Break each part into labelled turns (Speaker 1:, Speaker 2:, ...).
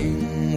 Speaker 1: 因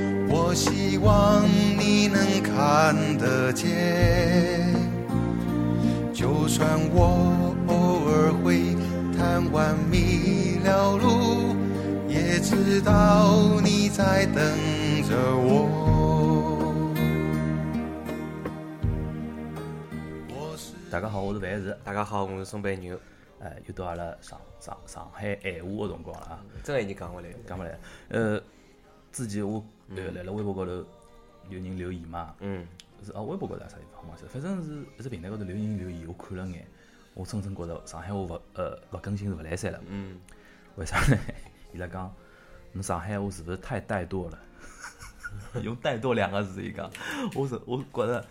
Speaker 1: 我希望你能看得见。就算我偶尔会贪玩迷了路，也知道你在等着我。我是
Speaker 2: 大家好，我是范石。
Speaker 3: 大家好，我是宋白牛，
Speaker 2: 哎，又到阿拉上上上海闲话个辰光了啊，
Speaker 3: 真的已经讲勿来了。
Speaker 2: 讲勿来。呃，之前我呃辣辣微博高头有人留言嘛，
Speaker 3: 嗯，
Speaker 2: 是啊，微博高头还是啥地方忘记了，反正是一只平台高头留言留言，我看了眼，我真正觉着上海话勿呃勿更新是勿来三了。
Speaker 3: 嗯，
Speaker 2: 为啥呢？伊拉讲，侬上海话是勿是太怠惰了？ 用“怠惰”两个字，伊讲，我是我觉着，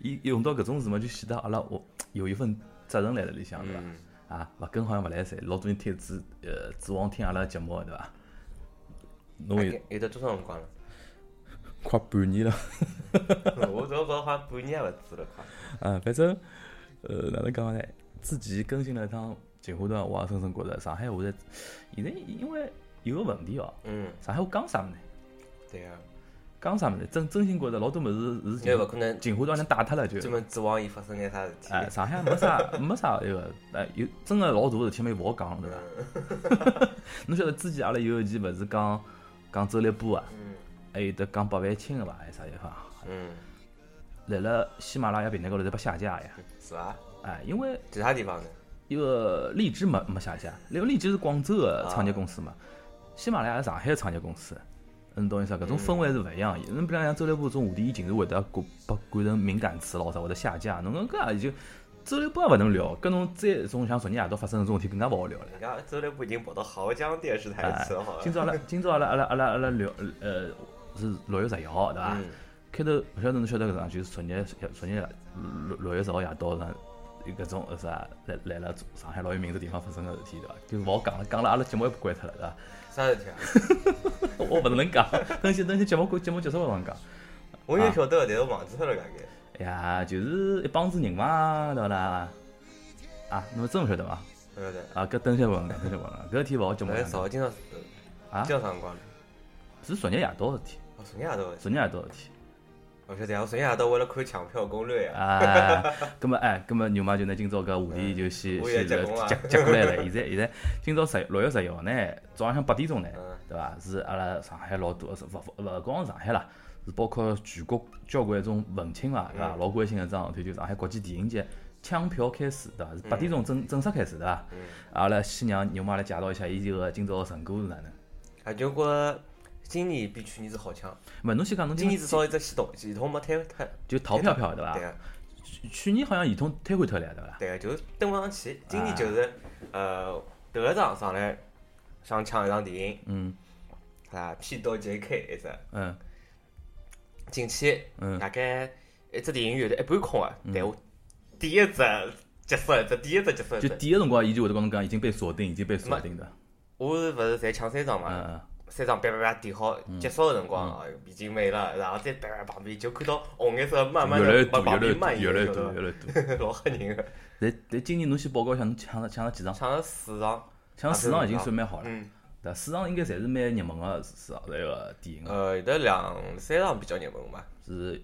Speaker 2: 伊用到搿种字嘛，就显得阿拉我有一份责任来辣里向，对伐？啊，勿跟好像勿来三，老多人听指呃指望听阿拉节目，对伐？侬有
Speaker 3: 有有得多少辰光了？
Speaker 2: 哎快半年了，
Speaker 3: 我怎么觉着好像半年还勿止了，快。
Speaker 2: 啊，反正呃哪能讲呢？之前更新了一趟锦湖段，我也深深觉着上海话在现在因为有个问题哦，
Speaker 3: 嗯，
Speaker 2: 上海话讲啥物事呢？
Speaker 3: 对啊，
Speaker 2: 讲啥物事？真真心觉着老多物事是
Speaker 3: 因为勿可能
Speaker 2: 进化到人打脱了就。
Speaker 3: 专门指望伊发生眼啥事体。
Speaker 2: 哎，上海没啥 没啥那个，哎，有真个老大的事体嘛，勿好讲，对伐？侬晓得之前阿拉有一期勿是讲讲周立波啊，
Speaker 3: 嗯
Speaker 2: 还有得讲白万青个伐，还是啥地方？
Speaker 3: 嗯，
Speaker 2: 辣辣喜马拉雅平台高头侪被下架呀！
Speaker 3: 是伐？
Speaker 2: 哎，因为
Speaker 3: 其他地方呢？
Speaker 2: 一个荔枝没没下架，因为荔枝是广州的创业公司嘛，喜马拉雅是上海的创业公司，侬懂意思伐？搿种氛围是勿一样。侬比方像周立波这种话题，伊竟然会得管被管成敏感词咯啥，会得下架。侬讲搿也就周立波也勿能聊，跟侬再种像昨日夜到发生的这种事体更加勿好聊了。
Speaker 3: 人家周立波已经跑到豪江电视台
Speaker 2: 哎
Speaker 3: 去了，好
Speaker 2: 今
Speaker 3: 像。
Speaker 2: 朝阿拉今朝阿拉阿拉阿拉阿拉聊呃是六月十一号对伐？
Speaker 3: 嗯
Speaker 2: 开头勿晓得侬晓得搿桩，就是昨日昨日六六月十号夜到上，搿种呃啥来来了上海老有名的地方发生个事体对伐？就勿好讲了，讲了阿拉节目也不关脱了对伐？
Speaker 3: 啥事体啊？
Speaker 2: 我勿能讲，等些等些节目节目结束了能讲。啊
Speaker 3: 我也晓得，但是忘记脱了大概。
Speaker 2: 哎呀，就是一帮子人嘛，对勿啦？啊，侬真勿晓得伐？
Speaker 3: 勿晓得。
Speaker 2: 啊，搿等歇问，等歇问，搿事体勿好节目
Speaker 3: 哎，
Speaker 2: 上
Speaker 3: 早
Speaker 2: 讲。
Speaker 3: 今朝
Speaker 2: 啊
Speaker 3: 今朝啥辰光了？
Speaker 2: 是昨日夜到的事体，
Speaker 3: 哦，昨天夜到的。
Speaker 2: 昨日夜到的事体。
Speaker 3: 我晓得呀，我昨天夜到为了看抢票攻略呀。
Speaker 2: 啊，咁么哎，咁么牛妈就拿今朝搿话题就先
Speaker 3: 嗯
Speaker 2: 先
Speaker 3: 我也结棍
Speaker 2: 来
Speaker 3: 了
Speaker 2: 接接过来了。现在现在今朝十六月十一号呢，早浪向八点钟呢
Speaker 3: 嗯，
Speaker 2: 对伐？是阿拉上海老多，是勿勿勿光是上海啦，是包括全国交关一种文青伐，对
Speaker 3: 嗯
Speaker 2: 伐？老关心个桩事体，就上海国际电影节抢票开始，对伐？是八点
Speaker 3: 嗯
Speaker 2: 钟正正式开始，对伐？阿拉先让牛妈来介绍一下伊这个今朝个成果是哪能？
Speaker 3: 啊，就觉着今年比去年子好抢。
Speaker 2: 勿，侬先讲侬
Speaker 3: 今
Speaker 2: 今
Speaker 3: 年至少一只系统系统没推推，
Speaker 2: 就逃票票对伐
Speaker 3: 对？个
Speaker 2: 去去年好像系统退回脱了对伐？
Speaker 3: 对个，就是登不上去。今年就是呃，头一场上来想抢一场电影，
Speaker 2: 嗯
Speaker 3: 啊，《P 到 JK》一只
Speaker 2: 嗯
Speaker 3: 进去，
Speaker 2: 嗯
Speaker 3: 大概一只电影院头一半空啊。但我第一只结束一只，第一只结束一
Speaker 2: 就
Speaker 3: 只。
Speaker 2: 第一辰光，伊就会得跟侬讲已经被锁定，已经被锁定的。
Speaker 3: 我是勿是才抢三张嘛？
Speaker 2: 嗯
Speaker 3: 三张叭叭叭点好，结束的辰光啊已经没了，然后再叭叭旁边就看到红颜色慢
Speaker 2: 嗯，
Speaker 3: 慢
Speaker 2: 越来越
Speaker 3: 的
Speaker 2: 多，
Speaker 3: 往旁
Speaker 2: 越
Speaker 3: 边
Speaker 2: 来
Speaker 3: 蔓
Speaker 2: 越多，越来越多，
Speaker 3: 延，晓得
Speaker 2: 越
Speaker 3: 伐？
Speaker 2: 来越多。 哦
Speaker 3: 老吓人个，
Speaker 2: 来来，今年侬先报告一下，侬抢了抢了几场？
Speaker 3: 抢了四张。
Speaker 2: 抢了四场已经算蛮好了，
Speaker 3: 嗯，
Speaker 2: 对吧？四场应该侪是蛮热门个市场那个电影啊，
Speaker 3: 呃，有得两三场比较热门嘛，
Speaker 2: 是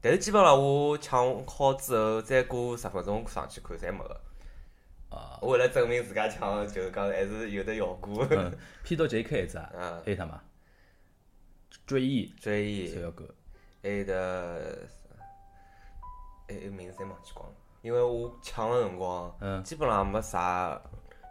Speaker 3: 但是基本上我抢好之后，再过十分钟上去看，侪没个。
Speaker 2: 啊，
Speaker 3: 我为了证明自家抢，就是讲还是有得效果。
Speaker 2: 嗯，P 到 JK 一只啊，
Speaker 3: 嗯
Speaker 2: 还有啥嘛？追忆
Speaker 3: 追
Speaker 2: 是
Speaker 3: 忆，
Speaker 2: 要够，
Speaker 3: 还有得，还有名字侪忘记光了，因为我抢个辰光，
Speaker 2: 嗯
Speaker 3: 基本上没啥，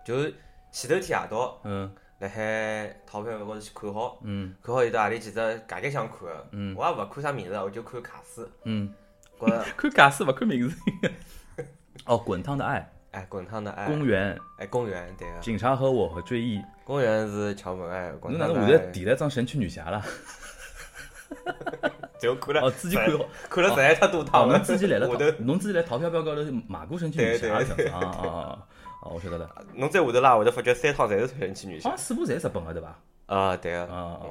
Speaker 3: 就是前头天夜到，
Speaker 2: 嗯
Speaker 3: 辣海淘票高头去看好，
Speaker 2: 嗯
Speaker 3: 看好有得何里几只大概想看个，
Speaker 2: 嗯
Speaker 3: 我也勿看啥名字，我就看卡斯，
Speaker 2: 嗯，
Speaker 3: 觉着
Speaker 2: 看架势勿看名字。 哦，滚烫的爱，
Speaker 3: 哎滚烫的爱，
Speaker 2: 公园，
Speaker 3: 哎公园对个。
Speaker 2: 警察和我和追忆，
Speaker 3: 公园是抢门哎，
Speaker 2: 侬
Speaker 3: 广
Speaker 2: 哪
Speaker 3: 场
Speaker 2: 能
Speaker 3: 板
Speaker 2: 现在提了张神奇女侠了？
Speaker 3: 就看了，
Speaker 2: 哦自己看好
Speaker 3: 看了实在太多
Speaker 2: 哦，
Speaker 3: 趟了。
Speaker 2: 侬之前来了
Speaker 3: 下
Speaker 2: 淘
Speaker 3: 头，，
Speaker 2: 侬之前来淘票票高头买过神奇女侠啊这样子啊啊啊啊！哦，我晓得了，
Speaker 3: 侬再下头拉，会得发觉三趟侪是神奇女
Speaker 2: 好
Speaker 3: 侠
Speaker 2: 像。四部侪是日本个对伐？
Speaker 3: 啊，对
Speaker 2: 啊
Speaker 3: 啊。
Speaker 2: 啊，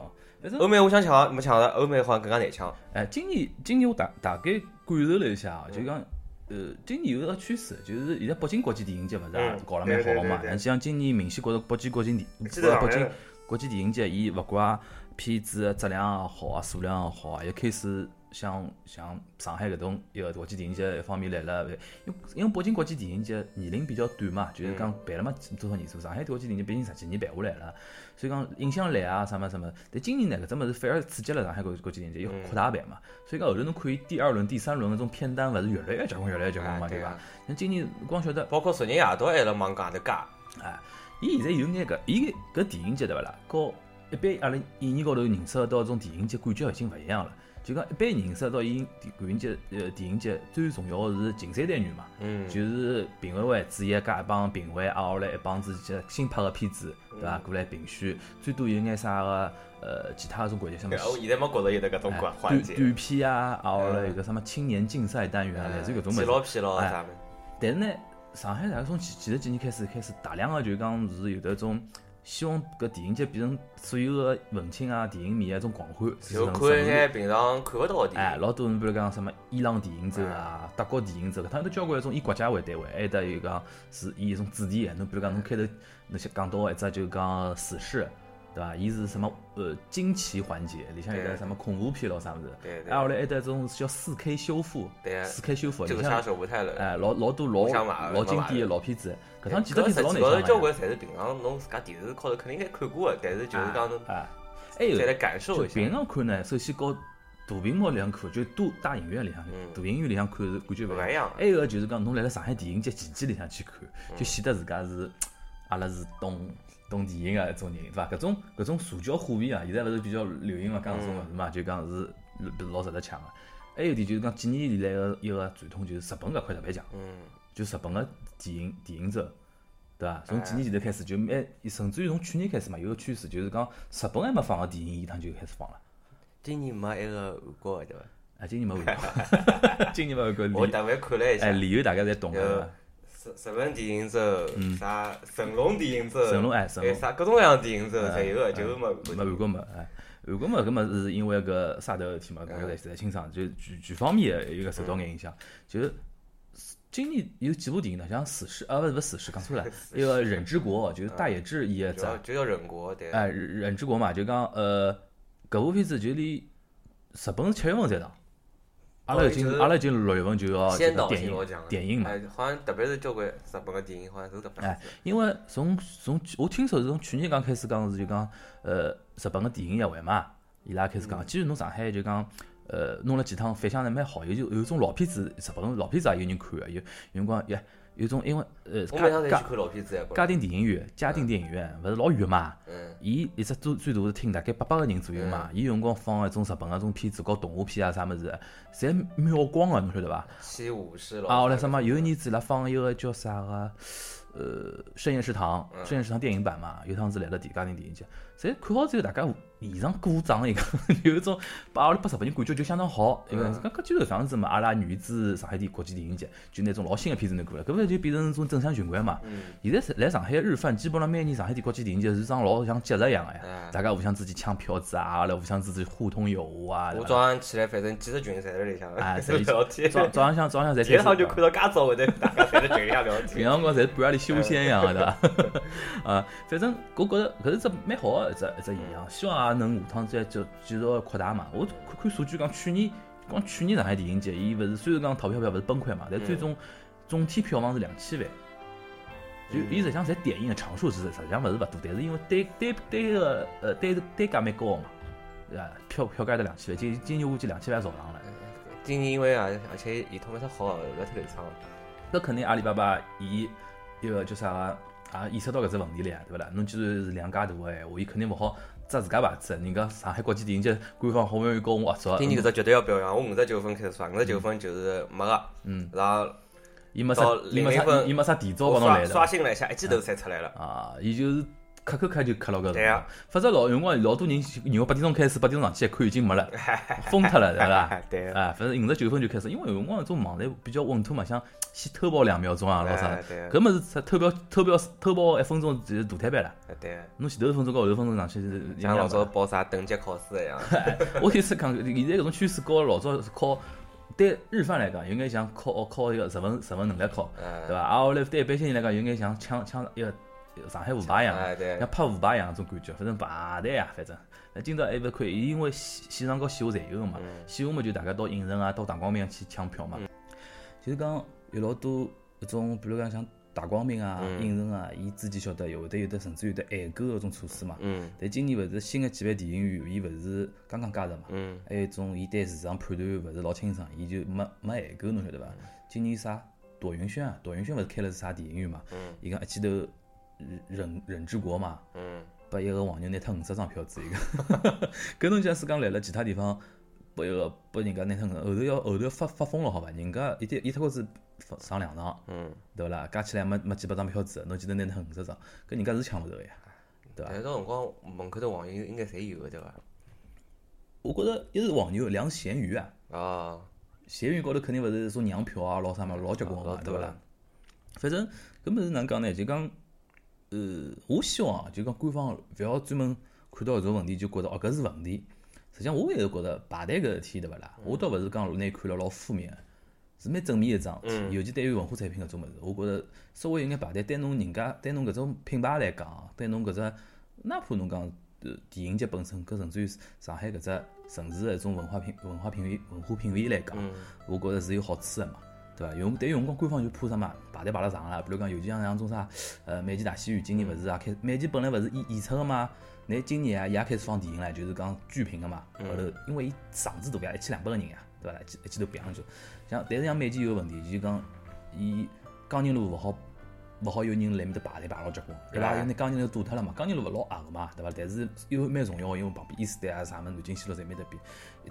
Speaker 2: 反正
Speaker 3: 欧美我想抢，没抢到，欧美好像更加难抢。
Speaker 2: 哎，今年今年我大大概感受了一下啊，
Speaker 3: 嗯
Speaker 2: 就讲呃，今年有个趋势，就是现在北京国际电影节勿是也
Speaker 3: 嗯
Speaker 2: 搞了蛮好个嘛
Speaker 3: 对对对，对
Speaker 2: 但像今年明显觉着北京国际电
Speaker 3: 记得
Speaker 2: 北
Speaker 3: 上来
Speaker 2: 京
Speaker 3: 了
Speaker 2: 国际电影节，伊勿管片子的质量也好啊，数量也好啊，也开始像像上海搿种一个国际电影节一方面来了，因为因为北京国际电影节年龄比较短嘛，就是
Speaker 3: 嗯
Speaker 2: 讲办了嘛多少年数，上海国际电影节毕竟十几年办下来了，所以讲影响力啊啥么啥么，但今年呢搿只物事反而刺激了上海国国际
Speaker 3: 嗯
Speaker 2: 电影节，要扩大办嘛，所以讲后头侬看伊第二轮、第三轮搿种片单勿是越来越结棍，越来越结棍嘛，
Speaker 3: 啊对
Speaker 2: 伐
Speaker 3: 啊？
Speaker 2: 那今年光晓得
Speaker 3: 包括昨日夜到还辣忙讲头加，
Speaker 2: 哎，伊现在有眼搿，伊搿电影节对勿啦？和一般阿拉演员高头认识得到搿种电影节感觉已经勿一样了。就讲一般认识得到伊电电影节呃电影节最重要的是竞赛单元嘛，
Speaker 3: 嗯
Speaker 2: 就是评委会主席加一帮评委啊挨下来一帮子些新拍个片子对伐？过来评选，最多有眼啥个呃其他种环节像
Speaker 3: 对啊我现在没觉着有得搿种
Speaker 2: 哎
Speaker 3: 环
Speaker 2: 短
Speaker 3: 环节，
Speaker 2: 短片啊，挨下来
Speaker 3: 嗯
Speaker 2: 有个什么青年竞赛单元啊，类似搿种物
Speaker 3: 疲
Speaker 2: 事。
Speaker 3: 劳疲劳
Speaker 2: 哎
Speaker 3: 啥物事。
Speaker 2: 但是呢，上海大概从前前头几年开始，开始大量的就讲是有得种希望搿电影节变成所有个文青啊、电影迷啊一种狂欢，是
Speaker 3: 就
Speaker 2: 成
Speaker 3: 看一
Speaker 2: 成立
Speaker 3: 眼平常看勿到的
Speaker 2: 哎，
Speaker 3: 电影。
Speaker 2: 老多人比如讲什么伊朗电影节
Speaker 3: 哎
Speaker 2: 啊、德国电影节，搿趟有得交关种以国家为单位，还有得有讲是以一种主题的。侬比如讲，侬开头侬先讲到一只就讲死侍，对伐？伊是什么呃惊奇环节，里向有得
Speaker 3: 对
Speaker 2: 什么恐怖片咯啥物事。
Speaker 3: 对对
Speaker 2: 挨下来还有得种叫四 K 修复，
Speaker 3: 对啊
Speaker 2: 四 K 修复，
Speaker 3: 这个
Speaker 2: 里向
Speaker 3: 杀手不太冷。
Speaker 2: 哎，老老多
Speaker 3: 我
Speaker 2: 老
Speaker 3: 想买
Speaker 2: 老
Speaker 3: 我
Speaker 2: 经
Speaker 3: 买
Speaker 2: 典的
Speaker 3: 了
Speaker 2: 老片子，搿
Speaker 3: 搿
Speaker 2: 趟几只片子老难
Speaker 3: 实际高头交
Speaker 2: 想
Speaker 3: 关侪是平常侬自家电视高头肯定侪看过的，但是就是讲侬
Speaker 2: 的。啊，还有
Speaker 3: 再来感受
Speaker 2: 就
Speaker 3: 一下。
Speaker 2: 平常看呢，首先高大屏幕里向看，就多大影院里向看，
Speaker 3: 嗯
Speaker 2: 大影院里向看是感觉
Speaker 3: 勿
Speaker 2: 勿
Speaker 3: 一样
Speaker 2: 还有个就是讲，侬来了上海电影节前期里向去看，就显得自家是阿拉是懂懂电影个一种人，对伐？搿种搿种社交话题啊，现在勿是比较流行嘛，讲搿种物事嘛，就讲是老值得抢个。还有一点就是讲，几年以来个一个传统，就是日本搿块特别强。
Speaker 3: 嗯，
Speaker 2: 就日本个电影电影节，对伐？从几年前头开始，就每甚至于从去年开始嘛，有个趋势就是讲日本还没放个电影，伊趟就开始放了。
Speaker 3: 今年没一个韩国的对伐？
Speaker 2: 啊，今年没韩国，今年没韩国
Speaker 3: 我
Speaker 2: 理，
Speaker 3: 特别看了一
Speaker 2: 哎，
Speaker 3: 下，
Speaker 2: 理由大家侪懂个
Speaker 3: 日日本电影周，啥成龙电影周，
Speaker 2: 嗯成龙哎成龙
Speaker 3: 哎啥各种各样的电影周侪有个，就是没韩
Speaker 2: 对伐？没韩
Speaker 3: 国
Speaker 2: 国没，哎，韩国没搿么是因为搿啥头事体嘛，大
Speaker 3: 嗯
Speaker 2: 家侪侪清爽，就全全方面的有个受到眼影响，就是。今年有几部电影呢？像《死侍》啊，不是不是《死侍》，讲错 了，一个《忍之国》，就是大野智演个
Speaker 3: 主要
Speaker 2: 只，
Speaker 3: 就叫人国对。
Speaker 2: 哎，忍忍之国嘛，就讲呃，搿部片子就离日本是七月份才上，阿拉已
Speaker 3: 哦就
Speaker 2: 经
Speaker 3: 是
Speaker 2: 阿拉已经六月份就要
Speaker 3: 先
Speaker 2: 哦这个
Speaker 3: 导
Speaker 2: 电
Speaker 3: 性
Speaker 2: 影
Speaker 3: 我讲的
Speaker 2: 电影嘛，
Speaker 3: 哎，好像特别是交关日本的电影，好像都搿能
Speaker 2: 哎
Speaker 3: 样子。，
Speaker 2: 因为从从去我听说是从去年刚开始讲是就讲呃日本个电影协会嘛，伊拉开始
Speaker 3: 嗯
Speaker 2: 讲，既然侬上海就讲。呃，弄了几趟反响呢蛮好，有就有种老片子，日本老片子也有人看个，有有辰光也有种因为呃
Speaker 3: 我
Speaker 2: 家
Speaker 3: 每趟侪
Speaker 2: 家
Speaker 3: 去看老片子哎，觉着
Speaker 2: 家庭电影院、家庭电影院勿是老远嘛，
Speaker 3: 嗯，
Speaker 2: 伊一只最最大是厅大概八百个人左右嘛，伊有辰光放一种日本个种片子，搞动画片啊啥物事，侪秒光个，侬晓得伐？
Speaker 3: 七武士
Speaker 2: 啊，后
Speaker 3: 老
Speaker 2: 来什么有一年子伊拉放一个叫啥个，呃，深夜食堂，
Speaker 3: 嗯
Speaker 2: 深夜食堂电影版嘛，有趟子来了电家庭电影节，侪看好之后大家现场鼓掌一个， 有一种把阿拉把日本人感觉就相当好，因为
Speaker 3: 嗯
Speaker 2: 搿搿就是上次嘛，阿拉女子上海电国际电影节，就那种老新个片子侬看了，搿勿就变成一种正向循环嘛。
Speaker 3: 嗯
Speaker 2: 现在是来上海日饭，基本上每年上海电国际电影节是桩老像节日一样个呀，
Speaker 3: 嗯
Speaker 2: 大家互相之间抢票子啊，阿拉互相之间互通有无啊，对
Speaker 3: 我
Speaker 2: 伐
Speaker 3: 早上起来，反正几十群侪在里向
Speaker 2: 啊，所以
Speaker 3: 聊天。
Speaker 2: 早早浪向早浪向侪
Speaker 3: 今
Speaker 2: 开
Speaker 3: 趟
Speaker 2: 始
Speaker 3: 就看到介早会得大家侪在群里向聊
Speaker 2: 平
Speaker 3: 天。
Speaker 2: 常辰光侪是半夜里修仙一样个，对伐？ 啊，反正我觉着搿是只蛮好个一只一只现象，希望也啊能下趟再继继续扩大嘛。我看看数据讲，去年光去年上海电影节，伊勿是虽然讲淘票票勿是崩溃嘛，但最终总体票房是两千万。就伊实际上侪电影个场数是实际上勿是勿多，但是因为单单单个呃单单价蛮高个嘛，对伐？票票价得两千万，今今年估计两千万朝上了。
Speaker 3: 今年因为啊，而且系统没啥好，啊勿要太流畅。
Speaker 2: 呃搿肯定阿里巴巴伊一个叫啥个也意识到搿只问题了呀，对勿啦？侬既然是两家大个闲话，伊肯定勿好扎自家牌子。人家上海国际电影节官方好不容易跟我合作，
Speaker 3: 今年搿只绝对要表扬，我五十九分开始刷，五
Speaker 2: 嗯
Speaker 3: 十九分就是没个。嗯。然后
Speaker 2: 伊没啥
Speaker 3: 到
Speaker 2: 伊没
Speaker 3: 零零
Speaker 2: 啥
Speaker 3: 分
Speaker 2: 伊没啥提早帮
Speaker 3: 我
Speaker 2: 侬
Speaker 3: 刷
Speaker 2: 来
Speaker 3: 刷
Speaker 2: 的嗯
Speaker 3: 新了一下，一记头才出来了。
Speaker 2: 啊，伊就是磕磕磕就磕了搿辰
Speaker 3: 对
Speaker 2: 光
Speaker 3: 啊。？
Speaker 2: 否则老有辰光老多人牛八点钟开始，八点钟上去一看已经没了，疯脱了，对勿啦
Speaker 3: 对啊
Speaker 2: 啊，反正五十九分就开始，因为有辰光种网站比较稳妥嘛，想先偷跑两秒钟啊，老啥
Speaker 3: 哎对啊
Speaker 2: 搿么是偷跑偷跑偷跑一分钟就是大摊板了。
Speaker 3: 啊对啊，
Speaker 2: 侬前头一分钟跟后头一分钟上去是一
Speaker 3: 像
Speaker 2: 样
Speaker 3: 老
Speaker 2: 的
Speaker 3: 早。报啥等级考试 一样，
Speaker 2: 我第一次讲，现在搿种趋势和老早是靠对日饭来讲，有眼像靠哦靠一个日文日文能力靠，
Speaker 3: 嗯
Speaker 2: 对伐？啊，后来对一般性人来讲，有眼像抢抢一个上海舞排一样，
Speaker 3: 哎对
Speaker 2: 像拍舞排一样那种感觉，反正排队呀，反正。那今朝还勿看，因为线线上和线下侪有个嘛，
Speaker 3: 嗯
Speaker 2: 线下嘛就大家到影城啊，到大光明去抢票嘛。就是讲有老多搿种，比如讲像大光明啊、影城啊，伊自己晓得有会得有的，甚至有的限购搿种措施嘛。
Speaker 3: 嗯
Speaker 2: 但今年勿是新的几万电影院，伊勿是刚刚加入嘛，
Speaker 3: 嗯
Speaker 2: 还有一种伊对市场判断勿是老清爽，伊就没没限购，侬晓得伐？今年啥朵云轩啊，朵云轩勿是开了是啥电影院嘛？伊讲一记头任任任志国嘛，
Speaker 3: 嗯，
Speaker 2: 拨一个黄牛拿脱五十张票子一个， 搿侬假使讲来了其他地方，拨一个拨人家拿脱五，后头要后头发发疯了好伐？人家一点一脱高子发上两场，
Speaker 3: 嗯，
Speaker 2: 对勿啦？加起来没没几百张票子，侬记头拿脱五十张，搿人家是抢勿着个呀。对吧
Speaker 3: 但是到辰光门口头网友应该侪有的对伐？
Speaker 2: 我觉着一是黄牛，两是咸鱼啊。
Speaker 3: 哦，
Speaker 2: 咸鱼高头肯定勿是说娘票啊，老啥嘛，老结棍个
Speaker 3: 老
Speaker 2: 嘛，
Speaker 3: 多
Speaker 2: 对勿啦
Speaker 3: 了？
Speaker 2: 反正搿么是哪能讲呢？就讲，呃，我希望啊，就讲官方勿要专门看到搿种问题就觉着哦搿是问题。实际上我一直觉着排队搿事体对勿啦？我倒勿是讲拿伊看了老负面，是蛮正面一桩事体。尤其对于文化产品搿种物事，我觉着稍微有眼排队，对侬人家对侬搿种品牌来讲啊，对侬搿只哪怕侬讲呃电影节本身，搿甚至于上海搿只城市的一种文化品文化品味文化品味来讲，
Speaker 3: 嗯
Speaker 2: 我觉着是有好处的嘛，对伐？有但有辰光官方就怕啥嘛，排队排了长啊了，比如讲尤其像像种啥呃美琪大戏院今年勿是也开美琪本来勿是演演出个嘛。那今年啊，伊也开始放电影了，就是讲剧评个嘛。后头因为伊场子大呀，一千两百个人呀，啊对伐？一记一记头排上去，像但是像美琪有个问题，就是讲伊江宁路勿好勿好有人来面搭排队排老结棍，对伐？
Speaker 3: 哎
Speaker 2: 因为江宁路堵脱了嘛，江宁路勿老黑个嘛，对伐？但是又蛮重要个，因为旁边伊斯坦啊啥么南京西路侪面搭边，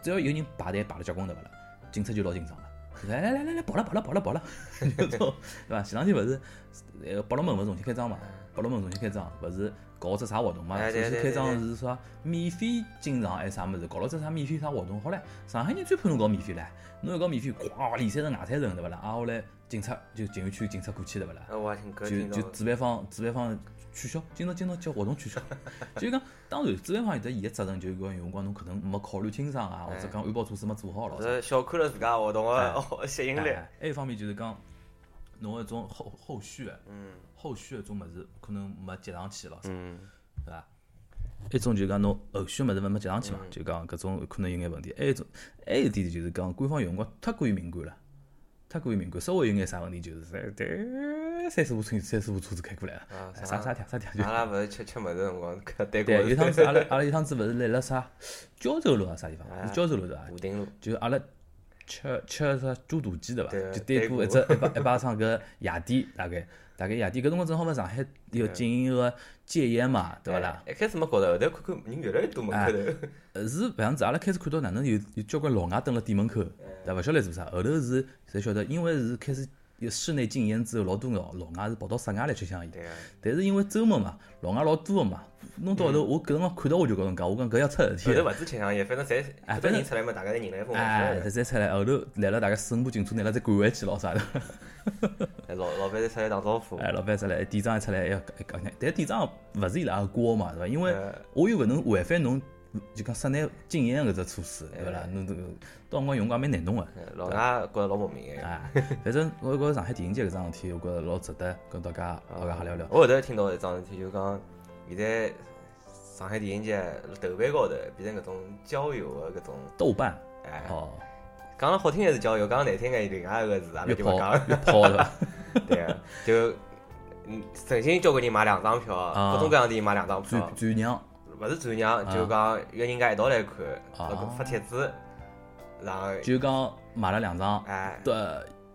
Speaker 2: 只要有人排队排了结棍，对伐啦？警察就老紧张了。来来来来来，跑了跑了跑了跑了， 就这种对伐？前两天勿是呃百乐门勿是重新开张嘛？百乐门重新开张，勿是搞只啥活动嘛？
Speaker 3: 嗯哎
Speaker 2: 首
Speaker 3: 对
Speaker 2: 先
Speaker 3: 对
Speaker 2: 开
Speaker 3: 对
Speaker 2: 张
Speaker 3: 对
Speaker 2: 是啥免费进场还是啥物事？搞了只啥免费啥活动？好唻，上海人最怕侬搞免费唻，侬一搞免费，咵里三层外三层对勿啦？啊后来警察就警卫区警察过去对勿啦？
Speaker 3: 那哎我也听搿
Speaker 2: 就
Speaker 3: 听
Speaker 2: 就
Speaker 3: 到，
Speaker 2: 主办方主办方取消，今朝今朝 叫活动取消。就是讲，当然主办方有得伊个责任，就是讲有辰光侬可能没考虑清爽啊，或者讲安保措施没做好咯。
Speaker 3: 哎是小看了自家活动 个吸引力，
Speaker 2: 哎还有一方面就是讲，侬搿种后后续的，嗯，后续的种物事可能没接上去了，
Speaker 3: 嗯
Speaker 2: 对伐？一种就是讲侬后续物事没接上去嘛，就讲搿种可能有眼问题。还有一种，还有一点就是讲官方有辰光太过于敏感了，太过于敏感，稍微有眼啥问题就是三对三四部车三四部车子开过来了，
Speaker 3: 啊
Speaker 2: 哎啥啥跳啥跳就
Speaker 3: 阿。拉勿是吃吃物事辰光搿对
Speaker 2: 对，有
Speaker 3: 过
Speaker 2: 趟子阿拉阿拉有趟子勿是来了啥胶州路啊啥地方？是胶州路对伐？
Speaker 3: 武定路，
Speaker 2: 就阿拉吃吃啥猪肚鸡对伐
Speaker 3: 对？
Speaker 2: 就
Speaker 3: 对
Speaker 2: 过一
Speaker 3: 过
Speaker 2: 只一把一把上搿夜店，大概大概夜店搿辰光正好嘛，上海有进行一个戒烟嘛，对勿啦？
Speaker 3: 哎？一开始没觉着，后头看看人越来越多门口头，
Speaker 2: 呃是搿样子，阿拉开始看到哪能有有交关老外蹲辣店门口，
Speaker 3: 哎
Speaker 2: 对伐？勿晓得做啥，后头是侪晓得，因为是开始有室内禁烟之后，老多老老外是跑到室外来吃香烟。
Speaker 3: 对个，
Speaker 2: 但是因为周末嘛，老外老多个嘛，弄到后头我搿辰光看到我就跟侬讲，我讲搿要出事体
Speaker 3: 嗯后
Speaker 2: 了
Speaker 3: 头。勿止吃香烟，反正侪
Speaker 2: 哎
Speaker 3: 搿种人出来嘛，大家侪人来疯
Speaker 2: 哎，
Speaker 3: 疯
Speaker 2: 这。再出来，后头来了大概四五部警车，拿了再赶回去咯啥的。
Speaker 3: 哎老老板在出来打招呼，
Speaker 2: 哎，老板出来，店长一出来要哎讲讲，但店长勿是伊拉个锅嘛，对伐？因为
Speaker 3: 呃
Speaker 2: 我又勿能违反侬就讲室内禁烟搿只措施，对伐啦？侬这个到辰光用光蛮难弄个。
Speaker 3: 哎老外觉着老莫名个。
Speaker 2: 哎， 反正我觉着上海电影节搿桩事体，我觉着老值得跟大家
Speaker 3: 啊
Speaker 2: 大家哈哎聊聊。
Speaker 3: 我后头听到一桩事体，就是讲现在上海电影节豆瓣高头变成搿种交友的搿种，
Speaker 2: 豆瓣，
Speaker 3: 哎，
Speaker 2: 哦，
Speaker 3: 讲了好听的是交友，讲了难听的有另外一个字，阿拉
Speaker 2: 约
Speaker 3: 就
Speaker 2: 炮
Speaker 3: 勿讲了。
Speaker 2: 约炮 对伐？
Speaker 3: 对啊，就嗯，曾经交关人买两张票，
Speaker 2: 啊
Speaker 3: 各种各样的人买两张票
Speaker 2: 转，转让，
Speaker 3: 勿是转让，就讲约人家一道来看，那个
Speaker 2: 啊
Speaker 3: 发帖子，然后
Speaker 2: 就讲买了两张，
Speaker 3: 哎，
Speaker 2: 对，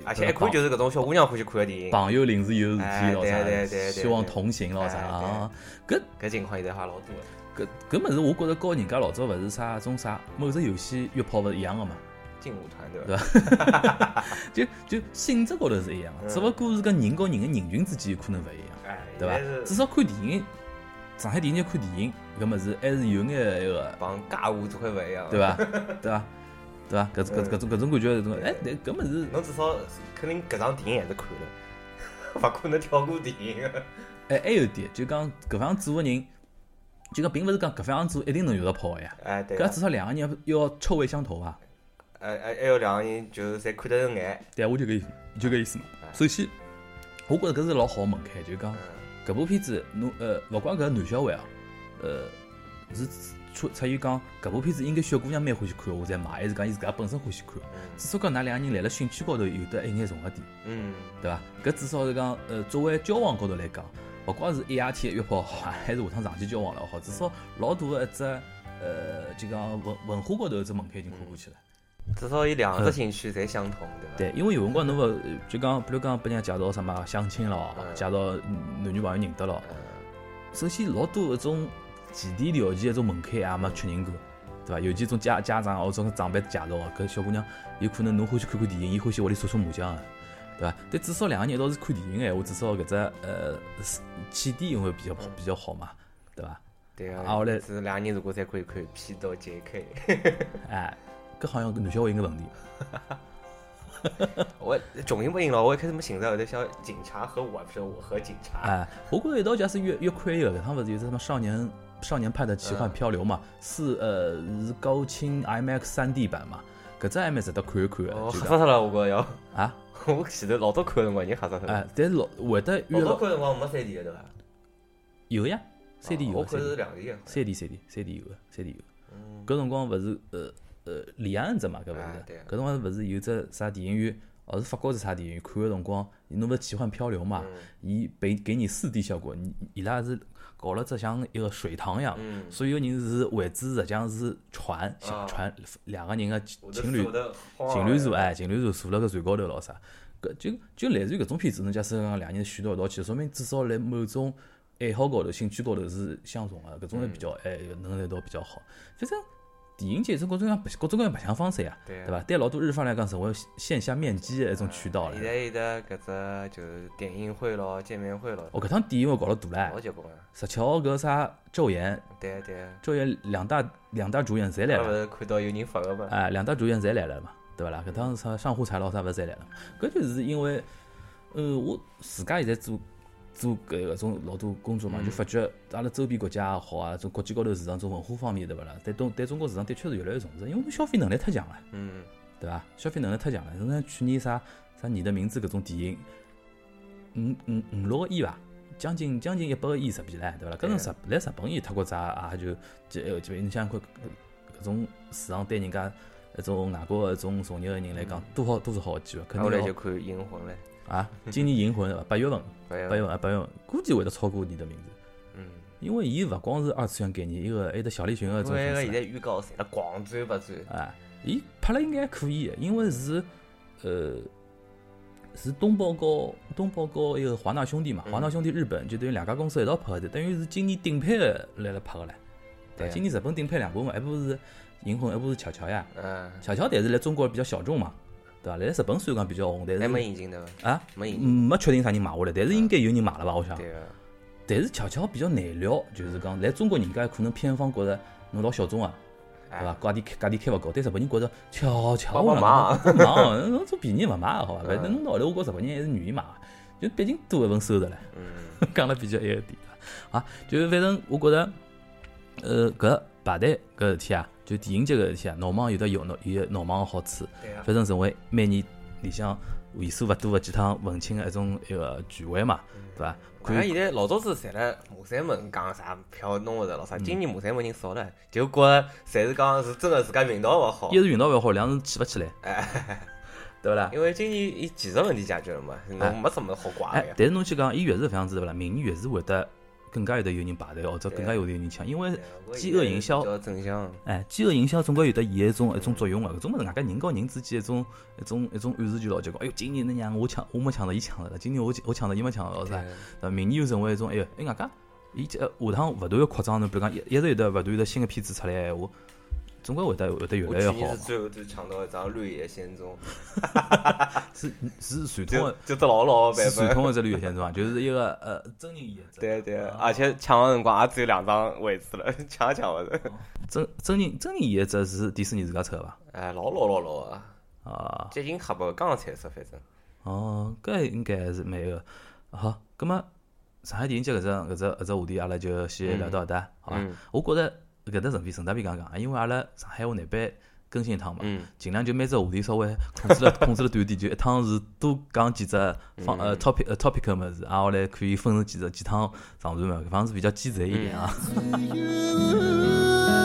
Speaker 3: 而且一看就是搿种小姑娘欢喜看的电影，
Speaker 2: 朋友临时有事体
Speaker 3: 哎
Speaker 2: 咯
Speaker 3: 对
Speaker 2: 啥
Speaker 3: 对对
Speaker 2: 的，
Speaker 3: 对
Speaker 2: 希望同行咯啥
Speaker 3: 哎
Speaker 2: 啊，搿
Speaker 3: 搿情况现在还老多的。
Speaker 2: 搿搿物事，我觉着和人家老早勿是啥种啥某只游戏约炮勿是一样个嘛？
Speaker 3: 劲舞团对
Speaker 2: 对
Speaker 3: 伐？
Speaker 2: 就就性质高头是一
Speaker 3: 嗯
Speaker 2: 样个，只勿过是搿人和人个人群之间有可能勿一样，
Speaker 3: 哎，
Speaker 2: 对
Speaker 3: 现在
Speaker 2: 伐？
Speaker 3: 是
Speaker 2: 至少看电影，上海电影节看电影搿物事还是有眼那个。
Speaker 3: 帮家务做块勿一样，
Speaker 2: 对？伐？对伐？对 伐？搿种搿搿种搿种感觉，搿种哎，对搿物事，
Speaker 3: 侬至少肯定搿场电影还是看了， 勿可能跳过电影个。
Speaker 2: 哎，还有一点，就讲搿方做个人，就讲并勿是讲搿方做一定能有得跑个呀，
Speaker 3: 哎，对
Speaker 2: 搿
Speaker 3: 啊，
Speaker 2: 至少两个人要臭味相投啊伐？
Speaker 3: 哎哎，还有两个人就是侪看得入眼，
Speaker 2: 对啊，我就搿意思，就搿意思嘛。
Speaker 3: 哎
Speaker 2: 首先，我觉着搿是老好个门槛，就
Speaker 3: 嗯
Speaker 2: 讲搿部片子，侬呃，勿光搿男小孩啊，呃，是出出于讲搿部片子应该小姑娘蛮欢喜看，我才买，还是讲伊自家本身欢喜看？至少讲㑚两个人辣辣兴趣高头有得一眼重合点。
Speaker 3: 嗯，
Speaker 2: 对伐？搿至少是讲，呃，作为交往高头来讲，勿光是一夜天约炮好，还是下趟长期交往了好，至少老大个一只，呃，就讲文文化高头一只门槛已经跨过去了。
Speaker 3: 至少伊两
Speaker 2: 嗯
Speaker 3: 只兴趣侪相同，对伐？
Speaker 2: 对，因为有辰光侬勿就讲，比如讲拨人家介绍什么相亲咯，介绍男女朋友认得咯，首先老多搿种前提条件、一种门槛也没确认过，对伐？尤其种家家长或者种长辈介绍的，搿小姑娘有可能侬欢喜看看电影，伊欢喜屋里搓搓麻将个，对伐？但至少两个人一道是看电影个闲话，至少搿只呃是起点因为比较好比较好嘛，对伐？
Speaker 3: 对啊，
Speaker 2: 啊后来
Speaker 3: 是两个人如果再可以看 P 到 JK，
Speaker 2: 哎，搿好像男小孩有眼问题，
Speaker 3: 我重音不赢了，我一开始没寻着，后头想警察和我，不是我和警察，
Speaker 2: 哎，我觉着一道假使越越看一个，搿趟勿是有只什么少年少年派的奇幻漂流嘛？是呃是高清 IMAX 三 D 版嘛？搿只还蛮值得看一看的，
Speaker 3: 哦，
Speaker 2: 就
Speaker 3: 吓
Speaker 2: 讲
Speaker 3: 死脱了，我觉着要，
Speaker 2: 啊。
Speaker 3: 我前头老早看的辰光已经吓死脱了，
Speaker 2: 哎，但是老会得约
Speaker 3: 老早
Speaker 2: 了
Speaker 3: 看的辰光没三 D 的对伐？哦
Speaker 2: 有呀，三 D
Speaker 3: 我
Speaker 2: 有
Speaker 3: 看
Speaker 2: 三
Speaker 3: 是
Speaker 2: D
Speaker 3: 两 D 的，
Speaker 2: 三 D 三 D 三 D 有个三 D 有个。搿辰光勿是呃呃李安只嘛，搿勿
Speaker 3: 嗯啊
Speaker 2: 是
Speaker 3: 对啊？
Speaker 2: 搿辰光勿是有只啥电影院，哦是法国是啥电影院？看个辰光，侬勿是奇幻漂流
Speaker 3: 嗯
Speaker 2: 嘛？伊被给你四 D 效果，你伊拉是搞了只像一个水塘一样，
Speaker 3: 嗯
Speaker 2: 所有人是位置实际上是船，小船两个人个
Speaker 3: 啊我
Speaker 2: 情侣
Speaker 3: 我的啊
Speaker 2: 情侣座哎，情侣座坐辣搿船高头咯啥，搿就就类似于搿种片子，侬假使讲两人选到一道去，说明至少辣某种爱好高头、兴趣高头是相同个，搿种会比较
Speaker 3: 嗯
Speaker 2: 哎能来到比较好。反正电影节是各种各样各种各样白相方式呀，
Speaker 3: 对啊
Speaker 2: 对伐？对老多日方来讲，成为线下面基的一种渠道了
Speaker 3: 嗯哎现。在有的搿只就是电影会咯、见面会咯，
Speaker 2: 哦，搿趟电影我搞了大唻
Speaker 3: 老，结棍了。
Speaker 2: 十七号搿啥周岩，
Speaker 3: 对啊对啊，
Speaker 2: 周岩两大两大主演侪来
Speaker 3: 阿拉勿
Speaker 2: 了，
Speaker 3: 是看到有人发个嘛？
Speaker 2: 哎，两大主演侪来了嘛，对伐啦？搿趟啥上户彩咯啥勿是侪来了？搿就是因为，呃，我自家现在做做搿搿种老多工作嘛，就发觉阿拉周边国家也好啊，从国际高头市场种文化方面对勿啦？对中对中国市场的确是越来越重视，因为我们消费能力太强了。
Speaker 3: 嗯，
Speaker 2: 对伐？消费能力太强了。侬像去年啥啥你的名字搿种电影，五五五六个亿伐，将近将近一百个亿日币唻，对伐？搿种日来日本伊泰国啥也就就就你想看搿搿种市场对人家一种外国的一种从业的人来讲，多好多少好个机会，肯
Speaker 3: 后来
Speaker 2: 定哦
Speaker 3: 就
Speaker 2: 要
Speaker 3: 看《银魂》嘞，
Speaker 2: 啊！今年银魂对伐？八月份，
Speaker 3: 哎
Speaker 2: 八月
Speaker 3: 呀，
Speaker 2: 份，八月份，估计会得超过你的名字。
Speaker 3: 嗯，
Speaker 2: 因为伊勿光是二次元概念，伊个还有得小栗旬个一
Speaker 3: 因
Speaker 2: 种啊
Speaker 3: 为
Speaker 2: 形
Speaker 3: 个
Speaker 2: 式
Speaker 3: 现在预告侪了狂转不转，
Speaker 2: 啊，伊拍了应该可以，因为是呃是东宝和东宝和一个华纳兄弟嘛，华
Speaker 3: 嗯
Speaker 2: 纳兄弟日本就等于两家公司一道拍的，等于是今年顶配的来了拍的唻。
Speaker 3: 对
Speaker 2: 对，
Speaker 3: 啊
Speaker 2: 今年日本顶配两部嘛，一部是《银魂》，一部是《巧巧》呀。
Speaker 3: 嗯，
Speaker 2: 巧巧但是来中国比较小众嘛，对伐？来日本虽然讲比较红，但
Speaker 3: 还没
Speaker 2: 是
Speaker 3: 引进对伐？
Speaker 2: 啊，
Speaker 3: 没引进，
Speaker 2: 嗯没确定啥人买下来，但是应该有人买了吧？我想。
Speaker 3: 对啊，
Speaker 2: 但是巧巧比较难聊，就是讲来中国人家可能片方觉着侬老小众啊，对伐？价钿价钿开勿高，但日本人觉着巧巧
Speaker 3: 哎帮帮忙
Speaker 2: 勿忙，侬做便宜勿买好伐？反正弄到后头，我觉着日本人还是愿意买的，就毕竟多一份收入唻。
Speaker 3: 嗯
Speaker 2: 讲了比较一个点啊，就是反正我觉着，呃，搿排队搿事体啊，就电影节搿事体啊，闹忙有得有闹有闹忙个好处，
Speaker 3: 对啊
Speaker 2: 反正成为每年里向为数勿多个几趟文青个一种一个聚会嘛，对伐？
Speaker 3: 好像现在老早子侪辣马三门讲啥票弄勿着了
Speaker 2: 嗯
Speaker 3: 啥，今年马三门人少了，就觉着侪是讲是真个自家运道勿好
Speaker 2: 一，是运道勿好，两是起勿起来，对勿啦？
Speaker 3: 因为今年伊技术问题解决了嘛，侬没什么好怪
Speaker 2: 哎
Speaker 3: 个呀，，
Speaker 2: 但是侬去讲，伊越是搿样子对勿啦？明年越是会得更加有得有人排队，或者更加有得有人抢，因
Speaker 3: 啊
Speaker 2: 为饥饿营销
Speaker 3: 比，较正向，
Speaker 2: 哎，饥饿营销总归有得伊的一种一种作用啊个。搿种物事，外加人和人之间一种一种一种暗示就老结棍。哎哟，今年那娘我抢，我没抢到，伊抢到了；今年我我抢到，伊没抢到，是吧？
Speaker 3: 啊
Speaker 2: 那明年又成为一种哎哟，哎外呃加伊这下趟勿断要扩张，侬比如讲一一直有得勿断有得新个片子出来个闲话，总归会得会得越
Speaker 3: 我
Speaker 2: 来
Speaker 3: 去
Speaker 2: 越
Speaker 3: 年
Speaker 2: 好
Speaker 3: 是
Speaker 2: 嘛。
Speaker 3: 最后就抢到一张《绿野仙踪
Speaker 2: 是是传》，统
Speaker 3: 就
Speaker 2: 的，
Speaker 3: 就只老老的
Speaker 2: 是传
Speaker 3: 版本。
Speaker 2: 统的只绿野仙踪啊，就是一个呃真人演奏。
Speaker 3: 对对，
Speaker 2: 啊
Speaker 3: 而且抢的辰光也只有两张位置了， 抢也抢勿着。
Speaker 2: 真真人真人演奏是迪士尼自家出的伐？
Speaker 3: 哎，老老老老啊，
Speaker 2: 啊，
Speaker 3: 接近黑白刚刚彩色，反正
Speaker 2: 哦，搿应该还是蛮个好。葛末上海电影节搿只搿只搿只话题，阿拉就先聊到搿搭，好伐
Speaker 3: 嗯？
Speaker 2: 我觉着搿搭顺便顺带便讲讲，因为阿拉上海话难版更新一趟嘛
Speaker 3: 嗯，
Speaker 2: 尽量就每只话题稍微 控制了控制了短点，就一趟是多讲几只
Speaker 3: 嗯
Speaker 2: 方呃 topic 呃 topic 物事，啊，后来
Speaker 3: 嗯
Speaker 2: 可以分成几只几趟上传嘛，搿方式比较鸡贼一点啊。
Speaker 1: you